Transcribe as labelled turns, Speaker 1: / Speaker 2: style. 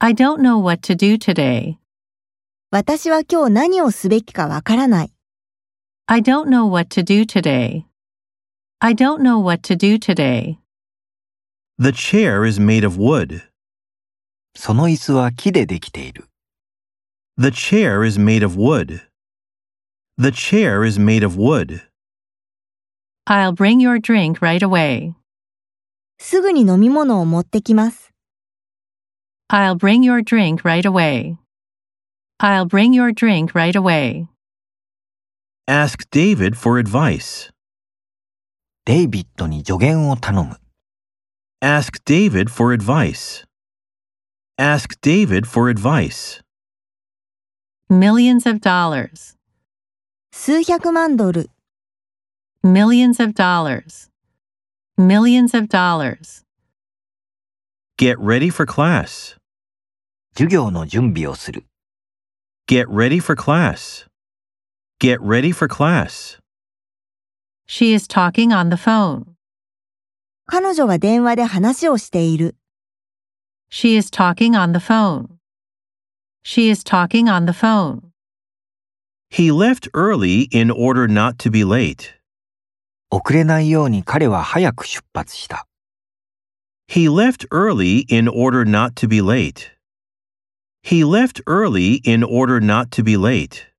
Speaker 1: I don't know what to do today.
Speaker 2: 私は今日何をすべきかわからない。
Speaker 1: I don't know what to do today. I don't know what to do today.
Speaker 3: The chair is made of wood.
Speaker 4: その椅子は木でできている。
Speaker 3: The chair is made of wood. The chair is made of wood.
Speaker 1: I'll bring your drink right away.
Speaker 2: すぐに飲み物を持ってきます。
Speaker 1: I'll bring your drink right away. I'll bring your drink right away.
Speaker 3: Ask David for advice.
Speaker 4: デイビッドに助言を頼む。
Speaker 3: Ask David for advice. Ask David for advice.
Speaker 1: Millions of dollars.
Speaker 2: 数百万ドル、
Speaker 1: Millions of dollars. Millions of dollars.
Speaker 3: Get ready for class.
Speaker 4: 授業の準備をする。
Speaker 3: Get ready for class. Get ready for class.
Speaker 1: She is talking on the phone.
Speaker 2: 彼女は電話で話をしている。
Speaker 1: She is talking on the phone. She is talking on the phone.
Speaker 3: He left early in order not to be late.
Speaker 4: 遅れないように彼は早く出発した。
Speaker 3: He left early in order not to be late. He left early in order not to be late.